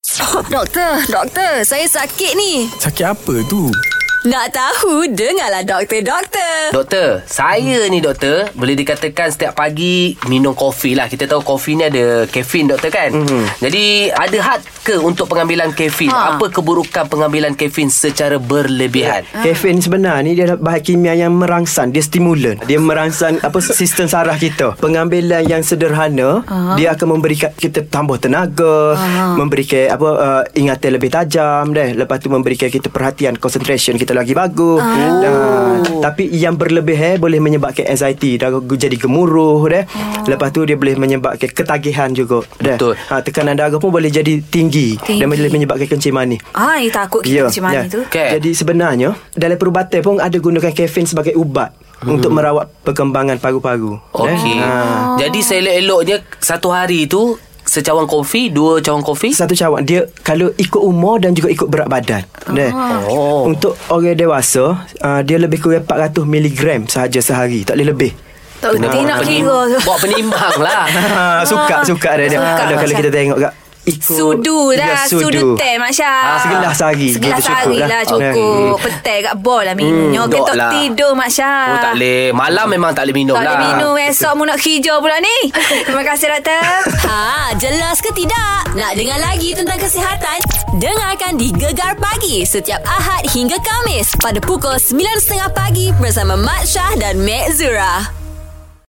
Doktor, doktor, saya sakit ni. Sakit apa tu? Nak tahu, dengarlah doktor, doktor. Doktor, saya ni doktor Boleh dikatakan setiap pagi Minum kopi lah Kita tahu kopi ni ada Kafein doktor kan mm-hmm. Jadi ada had ke Untuk pengambilan kafein Ha. ha. Apa keburukan pengambilan kafein Secara berlebihan Eh. Kafein sebenar Kan? ni dia adalah bahan kimia yang merangsang, dia stimulan. Dia merangsang apa sistem saraf kita. Pengambilan yang sederhana, uh-huh. dia akan memberikan kita tambah tenaga, uh-huh. memberikan apa uh, ingatan lebih tajam deh. Lepas tu memberikan kita perhatian, concentration kita lagi bagus. Uh-huh. tapi yang berlebih eh, boleh menyebabkan anxiety, dah jadi gemuruh deh. Uh-huh. Lepas tu dia boleh menyebabkan ketagihan juga deh. Betul. Ha, tekanan darah pun boleh jadi tinggi, Tinggi. dan boleh menyebabkan kencing manis. Ai, Ah, takut Ya, kita macam mana tu. Okey. Jadi sebenarnya dalam perubatan pun ada gunakan kafein sebagai ubat hmm. untuk merawat perkembangan paru-paru. Okey Eh? Oh. Ha. ha. Jadi saya elok-eloknya Satu hari tu Secawan kopi Dua cawan kopi Satu cawan dia kalau ikut umur dan juga ikut berat badan. Ah. Deh. Oh. Untuk orang dewasa uh, dia lebih kurang 400 mg sahaja sehari, tak boleh lebih. Tak Kena berhenti buat nak penim- kira tu. Buat penimbang lah Ha, suka suka ada dia. Ah. Suka Ada kalau macam- kita tengok kat ikut Sudu Ya, dah, sudu, sudu teh Masya. Ah, segelas sehari. Segelas Gitu sehari cukup lah lah. cukup. Petai kat bol lah minumnya. Hmm, Hmm, Ketok dok lah. tidur Masya. Oh tak boleh Malam memang tak boleh minum Tak lah boleh minum Esok mu nak hijau pula ni Terima kasih doktor ha, Jelas ke tidak? Nak dengar lagi tentang kesihatan? Dengarkan di Gegar Pagi Setiap Ahad hingga Kamis Pada pukul 9.30 pagi Bersama Mat Syah dan Mek Zura